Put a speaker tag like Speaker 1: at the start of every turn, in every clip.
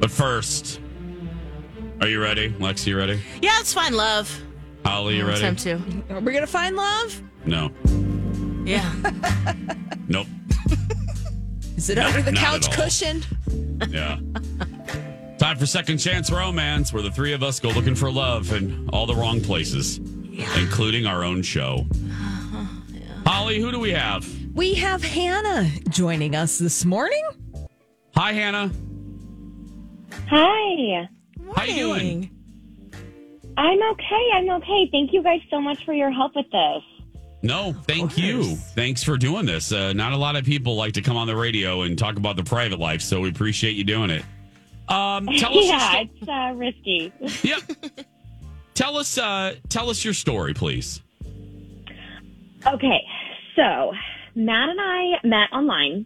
Speaker 1: But first, are you ready? Lex, you ready?
Speaker 2: Yeah, let's find love.
Speaker 1: Holly, you ready?
Speaker 2: Attempt to.
Speaker 3: Are we gonna find love?
Speaker 1: No.
Speaker 2: Yeah.
Speaker 1: Nope.
Speaker 3: Is it
Speaker 1: No,
Speaker 3: under the
Speaker 1: not
Speaker 3: couch
Speaker 1: at all.
Speaker 3: cushion?
Speaker 1: Yeah. Time for Second Chance Romance, where the three of us go looking for love in all the wrong places, including our own show. Holly, who do we have?
Speaker 3: We have Hannah joining us this morning.
Speaker 1: Hi, Hannah.
Speaker 4: Hi.
Speaker 1: How you doing?
Speaker 4: I'm okay. I'm okay. Thank you guys so much for your help with this.
Speaker 1: No, thank you. Thanks for doing this. Uh, not a lot of people like to come on the radio and talk about their private life, so we appreciate you doing it. Um, tell us your
Speaker 4: yeah,
Speaker 1: sto-
Speaker 4: it's uh, risky.
Speaker 1: Yep. tell us uh tell us your story, please.
Speaker 4: Okay, so Matt and I met online.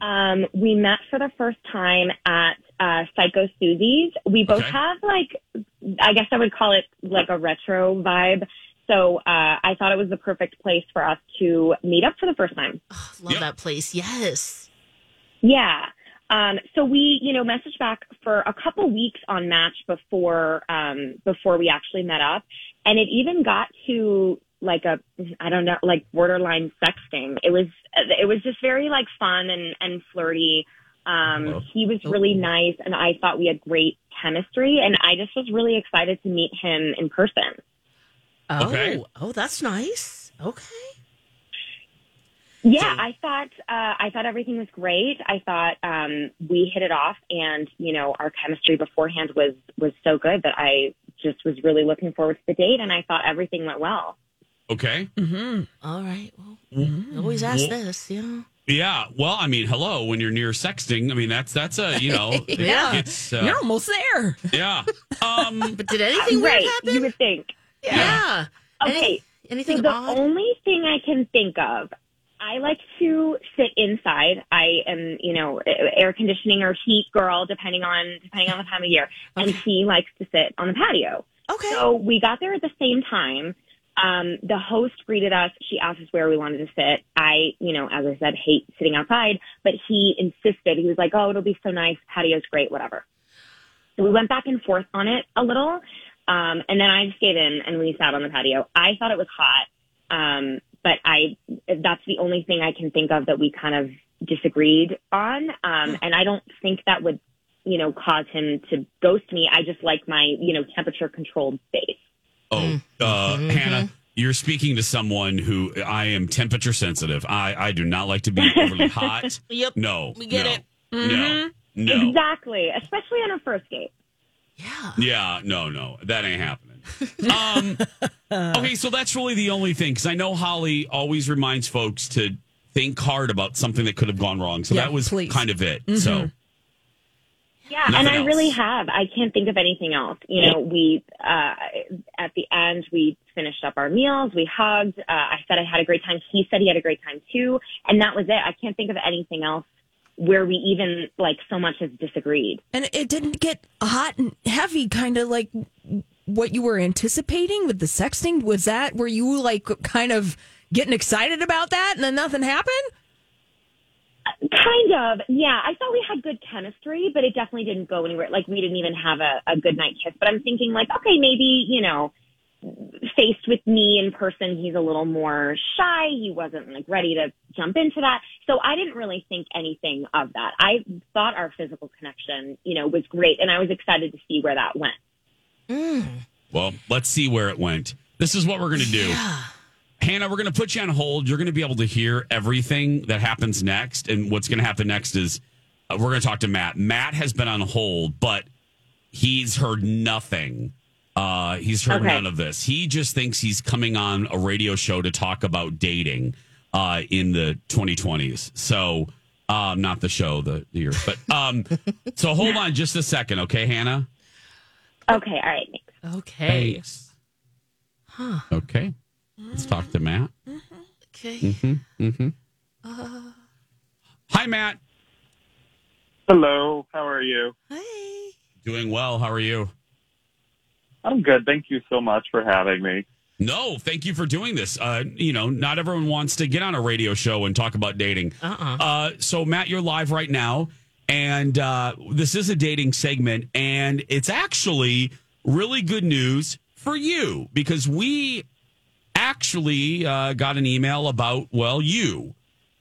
Speaker 4: Um, we met for the first time at uh, Psycho Susie's. We both
Speaker 1: Okay.
Speaker 4: have like, I guess I would call it like a retro vibe. So uh, I thought it was the perfect place for us to meet up for the first time.
Speaker 2: Love
Speaker 1: Yep.
Speaker 2: that place. Yes.
Speaker 4: Yeah. Um, so we, you know, messaged back for a couple weeks on Match before um, before we actually met up, and it even got to like a I don't know, like borderline sexting. It was it was just very like fun and and flirty.
Speaker 1: Hello.
Speaker 4: Um, he was really nice, and I thought we had great chemistry, and I just was really excited to meet him in person.
Speaker 2: Oh,
Speaker 1: Okay.
Speaker 2: oh, that's nice. Okay.
Speaker 4: Yeah,
Speaker 2: So-
Speaker 4: I thought uh, I thought everything was great. I thought um, we hit it off, and you know our chemistry beforehand was was so good that I just was really looking forward to the date, and I thought everything went well.
Speaker 1: Okay.
Speaker 3: Mm-hmm.
Speaker 2: All right. Well,
Speaker 1: Mm-hmm.
Speaker 2: I always ask this, yeah.
Speaker 1: Yeah. Well, I mean, hello, when you're near sexting, I mean that's that's a you know
Speaker 2: Yeah.
Speaker 1: it's uh,
Speaker 3: You're almost there.
Speaker 1: yeah. Um
Speaker 2: But did anything
Speaker 4: right?
Speaker 2: weird happen?
Speaker 4: You would think.
Speaker 2: yeah.
Speaker 4: Okay,
Speaker 2: Any- anything
Speaker 4: so the
Speaker 2: odd?
Speaker 4: only thing I can think of, I like to sit inside. I am, you know, air conditioning or heat girl, depending on depending on the time of year, and
Speaker 2: Okay.
Speaker 4: he likes to sit on the patio.
Speaker 2: okay.
Speaker 4: So we got there at the same time. Um, the host greeted us. She asked us where we wanted to sit. I, you know, as I said, hate sitting outside, but he insisted. He was like, oh, it'll be so nice. Patio's great, whatever. So we went back and forth on it a little. Um, and then I just gave in and we sat on the patio. I thought it was hot. Um, but I, that's the only thing I can think of that we kind of disagreed on. Um, and I don't think that would you know, cause him to ghost me. I just like my, you know, temperature controlled space.
Speaker 1: oh uh
Speaker 2: Mhm.
Speaker 1: Hannah, you're speaking to someone who I am temperature sensitive. I I do not like to be overly hot.
Speaker 2: yep.
Speaker 1: No.
Speaker 2: We get
Speaker 1: no,
Speaker 2: it. Mm-hmm.
Speaker 1: No. No.
Speaker 4: Exactly. Especially on a first date.
Speaker 2: Yeah.
Speaker 1: Yeah, no, no, that ain't happening. Um, okay, so that's really the only thing because I know Holly always reminds folks to think hard about something that could have gone wrong. So
Speaker 3: Yeah,
Speaker 1: that was
Speaker 3: please. Mm-hmm.
Speaker 1: kind of it. So
Speaker 4: Yeah.
Speaker 1: Nothing
Speaker 4: and I
Speaker 1: else.
Speaker 4: really have. I can't think of anything else. You know, we, uh, at the end, we finished up our meals. We hugged. Uh, I said I had a great time. He said he had a great time too. And that was it. I can't think of anything else where we even like so much as disagreed.
Speaker 3: And it didn't get hot and heavy, kind of like what you were anticipating with the sexting. Was that were you like kind of getting excited about that, and then nothing happened?
Speaker 4: Kind of, yeah. I thought we had good chemistry, but it definitely didn't go anywhere. Like we didn't even have a, a good night kiss. But I'm thinking, like, okay, maybe you know, faced with me in person, he's a little more shy. He wasn't like ready to jump into that. So I didn't really think anything of that. I thought our physical connection, you know, was great and I was excited to see where that went.
Speaker 1: Well, let's see where it went. This is what we're going to do. Hannah, we're going to put you on hold. You're going to be able to hear everything that happens next. And what's going to happen next is uh, we're going to talk to Matt. Matt has been on hold, but he's heard nothing. Uh, he's heard
Speaker 4: Okay.
Speaker 1: none of this. He just thinks he's coming on a radio show to talk about dating uh, in the 2020s. So, um, not the show, the, the year. But um, so hold on just a second, okay, Hannah?
Speaker 4: Okay, all right. Thanks.
Speaker 2: Okay.
Speaker 1: Thanks. Okay. Let's talk to Matt.
Speaker 2: Okay.
Speaker 1: Mm-hmm. Hi, Matt.
Speaker 5: Hello, how are you?
Speaker 2: Hey.
Speaker 1: Doing well. How are you?
Speaker 5: I'm good. Thank you so much for having me.
Speaker 1: No, thank you for doing this. Uh, you know, not everyone wants to get on a radio show and talk about dating.
Speaker 2: Uh-uh.
Speaker 1: Uh, so, Matt, you're live right now, and uh, this is a dating segment, and it's actually really good news for you because we actually uh, got an email about, well, you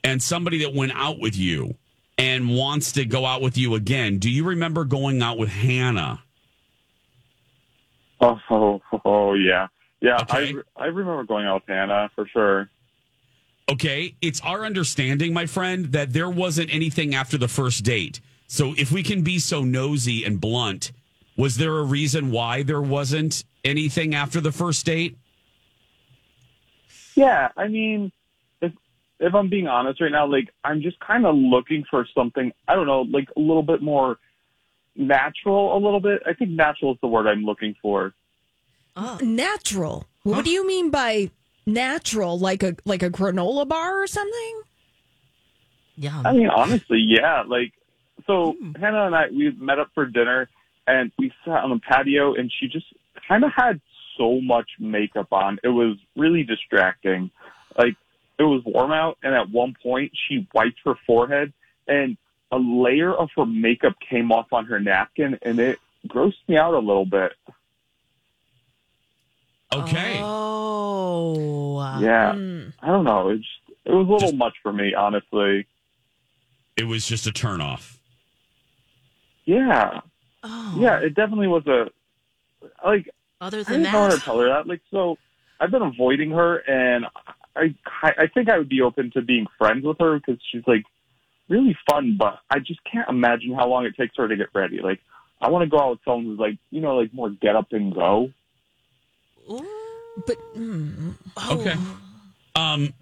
Speaker 1: and somebody that went out with you and wants to go out with you again. Do you remember going out with Hannah?
Speaker 5: Oh, oh, oh, yeah. Yeah,
Speaker 1: Okay.
Speaker 5: I, I remember going out with Hannah for sure.
Speaker 1: Okay, it's our understanding, my friend, that there wasn't anything after the first date. So if we can be so nosy and blunt, was there a reason why there wasn't anything after the first date?
Speaker 5: Yeah, I mean, if if I'm being honest right now, like I'm just kind of looking for something. I don't know, like a little bit more natural, a little bit. I think natural is the word I'm looking for.
Speaker 2: Oh.
Speaker 3: Natural. What do you mean by natural? Like a like a granola bar or something?
Speaker 5: I
Speaker 2: Yum.
Speaker 5: mean, honestly, yeah. Like, so Hannah and I, we met up for dinner and we sat on the patio and she just kind of had so much makeup on. It was really distracting. Like, it was warm out and at one point she wiped her forehead and a layer of her makeup came off on her napkin and it grossed me out a little bit.
Speaker 1: Okay.
Speaker 2: Oh.
Speaker 5: yeah.
Speaker 3: Mm.
Speaker 5: I don't know. It just, it was a little
Speaker 1: Just-
Speaker 5: much for me, honestly.
Speaker 1: It was just a turnoff.
Speaker 5: Yeah.
Speaker 2: Oh.
Speaker 5: Yeah, it definitely was a, like,
Speaker 2: Other
Speaker 5: I
Speaker 2: than
Speaker 5: didn't know how to
Speaker 2: that.
Speaker 5: tell her that. Like, so I've been avoiding her, and I, I I think I would be open to being friends with her because she's like really fun, but I just can't imagine how long it takes her to get ready. Like, I want to go out with someone who's like, you know, like more get up and go.
Speaker 2: Ooh.
Speaker 3: But mm,
Speaker 2: Oh.
Speaker 1: Okay. Um,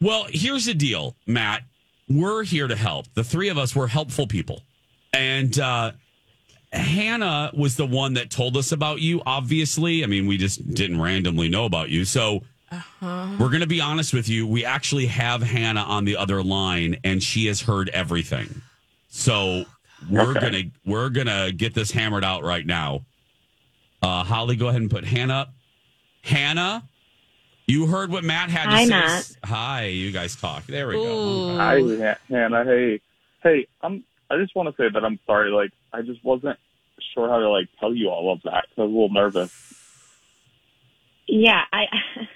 Speaker 1: well, here's the deal, Matt. We're here to help. The three of us were helpful people. And uh, Hannah was the one that told us about you, obviously. I mean, we just didn't randomly know about you. So we're going to be honest with you. We actually have Hannah on the other line, and she has heard everything. So we're
Speaker 5: Okay.
Speaker 1: gonna we're gonna get this hammered out right now. Uh, Holly, go ahead and put Hannah up. Hannah, you heard what Matt had
Speaker 4: Hi,
Speaker 1: to say.
Speaker 4: Matt.
Speaker 1: Hi, you guys talk. There we go.
Speaker 2: Ooh.
Speaker 5: Hi, Han- Hannah. Hey, hey. I'm. I just want to say that I'm sorry. Like, I just wasn't sure how to like tell you all of that. 'cause I was a little nervous.
Speaker 4: Yeah, I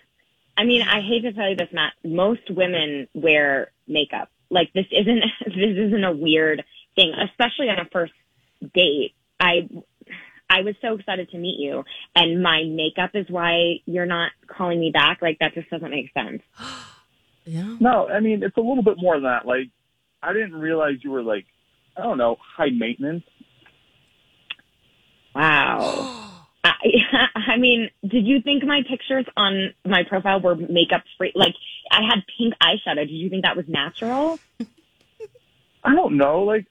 Speaker 4: I mean, I hate to tell you this, Matt. Most women wear makeup. Like this isn't this isn't a weird thing, especially on a first date. I I was so excited to meet you and my makeup is why you're not calling me back. Like that just doesn't make sense.
Speaker 2: Yeah.
Speaker 5: No, I mean it's a little bit more than that. Like, I didn't realize you were like, I don't know, high maintenance.
Speaker 4: Wow. I, I mean, did you think my pictures on my profile were makeup free? Like I had pink eyeshadow. Did you think that was natural?
Speaker 5: I don't know. Like,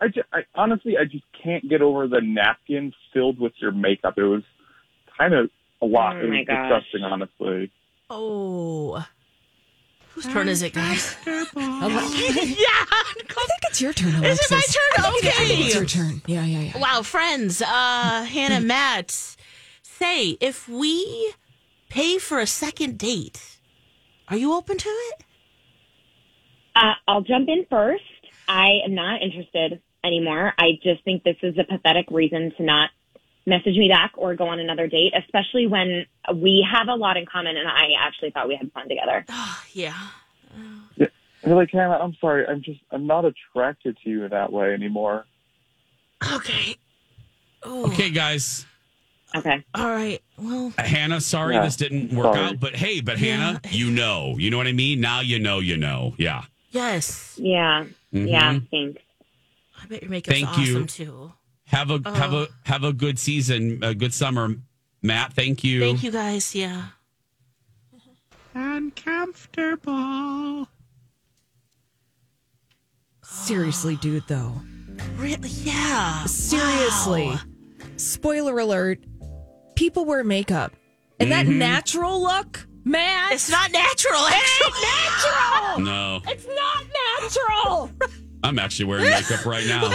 Speaker 5: I, ju- I honestly, I just can't get over the napkin filled with your makeup. It was kind of a lot.
Speaker 4: Oh
Speaker 5: it
Speaker 4: my
Speaker 5: was
Speaker 4: gosh.
Speaker 5: disgusting, honestly.
Speaker 2: Oh. Whose turn is it, guys?
Speaker 3: I think it's your turn.
Speaker 2: Is
Speaker 3: Alexis.
Speaker 2: it my turn?
Speaker 3: I think it's- I think it's
Speaker 2: Okay.
Speaker 3: your turn. Yeah, yeah, yeah.
Speaker 2: Wow, friends, uh, Hannah, Matt, say if we pay for a second date, are you open to it?
Speaker 4: Uh, I'll jump in first. I am not interested anymore. I just think this is a pathetic reason to not message me back or go on another date, especially when we have a lot in common and I actually thought we had fun together.
Speaker 2: Ah, Yeah.
Speaker 5: You're like, Hannah, I'm sorry. I'm just, I'm not attracted to you in that way anymore.
Speaker 2: Okay. Oh,
Speaker 1: Okay, guys.
Speaker 4: Okay.
Speaker 2: all right. Well,
Speaker 1: Hannah, sorry
Speaker 5: Yeah.
Speaker 1: this didn't work
Speaker 5: Sorry.
Speaker 1: out, but hey, but Hannah, you know, you know what I mean. Now you know, you know. Yeah.
Speaker 2: yes.
Speaker 4: Yeah. Yeah. Thanks.
Speaker 2: I bet you're making
Speaker 1: Thank
Speaker 2: us awesome
Speaker 1: you.
Speaker 2: too.
Speaker 1: Have a have
Speaker 3: Uh-huh.
Speaker 1: a have a good season, a good summer, Matt. Thank you.
Speaker 2: Thank you guys. Yeah.
Speaker 6: Uncomfortable.
Speaker 3: Seriously, dude, though.
Speaker 2: Really? Yeah.
Speaker 3: Seriously. Spoiler alert people wear makeup. And that natural look, Matt.
Speaker 2: It's not natural. Actually.
Speaker 3: natural.
Speaker 1: No,
Speaker 3: It's not natural.
Speaker 1: I'm actually wearing makeup right now.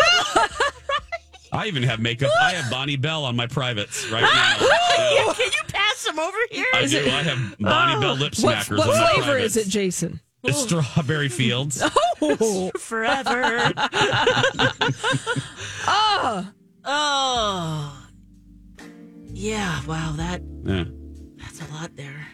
Speaker 1: I even have makeup. I have Bonnie Bell on my privates right now. Yeah.
Speaker 2: Can you pass them over here?
Speaker 1: I do. I have Bonnie Bell lip
Speaker 3: Oh, What,
Speaker 1: smackers.
Speaker 3: what
Speaker 1: on my
Speaker 3: flavor is it,
Speaker 1: privates.
Speaker 3: Jason?
Speaker 1: It's strawberry fields.
Speaker 3: Oh,
Speaker 2: Forever.
Speaker 3: Ah,
Speaker 2: oh. Yeah. Wow. That
Speaker 1: Yeah.
Speaker 2: that's a lot there.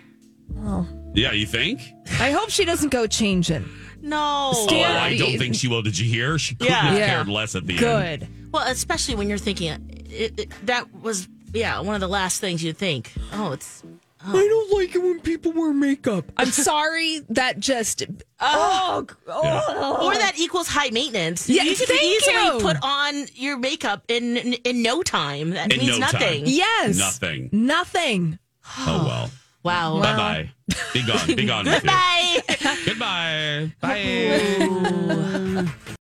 Speaker 1: yeah, you think?
Speaker 3: I hope she doesn't go changing.
Speaker 2: No.
Speaker 1: Oh,
Speaker 3: Yeah.
Speaker 1: I don't think she will. Did you hear? She couldn't
Speaker 2: Yeah.
Speaker 1: have
Speaker 3: Yeah.
Speaker 1: cared less at the end.
Speaker 3: Good.
Speaker 2: Well, especially when you're thinking it, it, that was yeah one of the last things you'd think. Oh, it's
Speaker 3: I don't like it when people wear makeup. I'm sorry. That just. Oh. oh.
Speaker 2: or that equals high maintenance.
Speaker 3: Yeah,
Speaker 2: you could
Speaker 3: thank
Speaker 2: easily
Speaker 3: you.
Speaker 2: put on your makeup in in, in no time. That
Speaker 1: In
Speaker 2: means
Speaker 1: no time.
Speaker 2: nothing.
Speaker 3: Yes.
Speaker 1: Nothing.
Speaker 3: Nothing.
Speaker 1: Oh well.
Speaker 2: Wow.
Speaker 1: Bye bye. Be gone. Be gone. with you.
Speaker 2: Goodbye.
Speaker 1: Goodbye. Bye.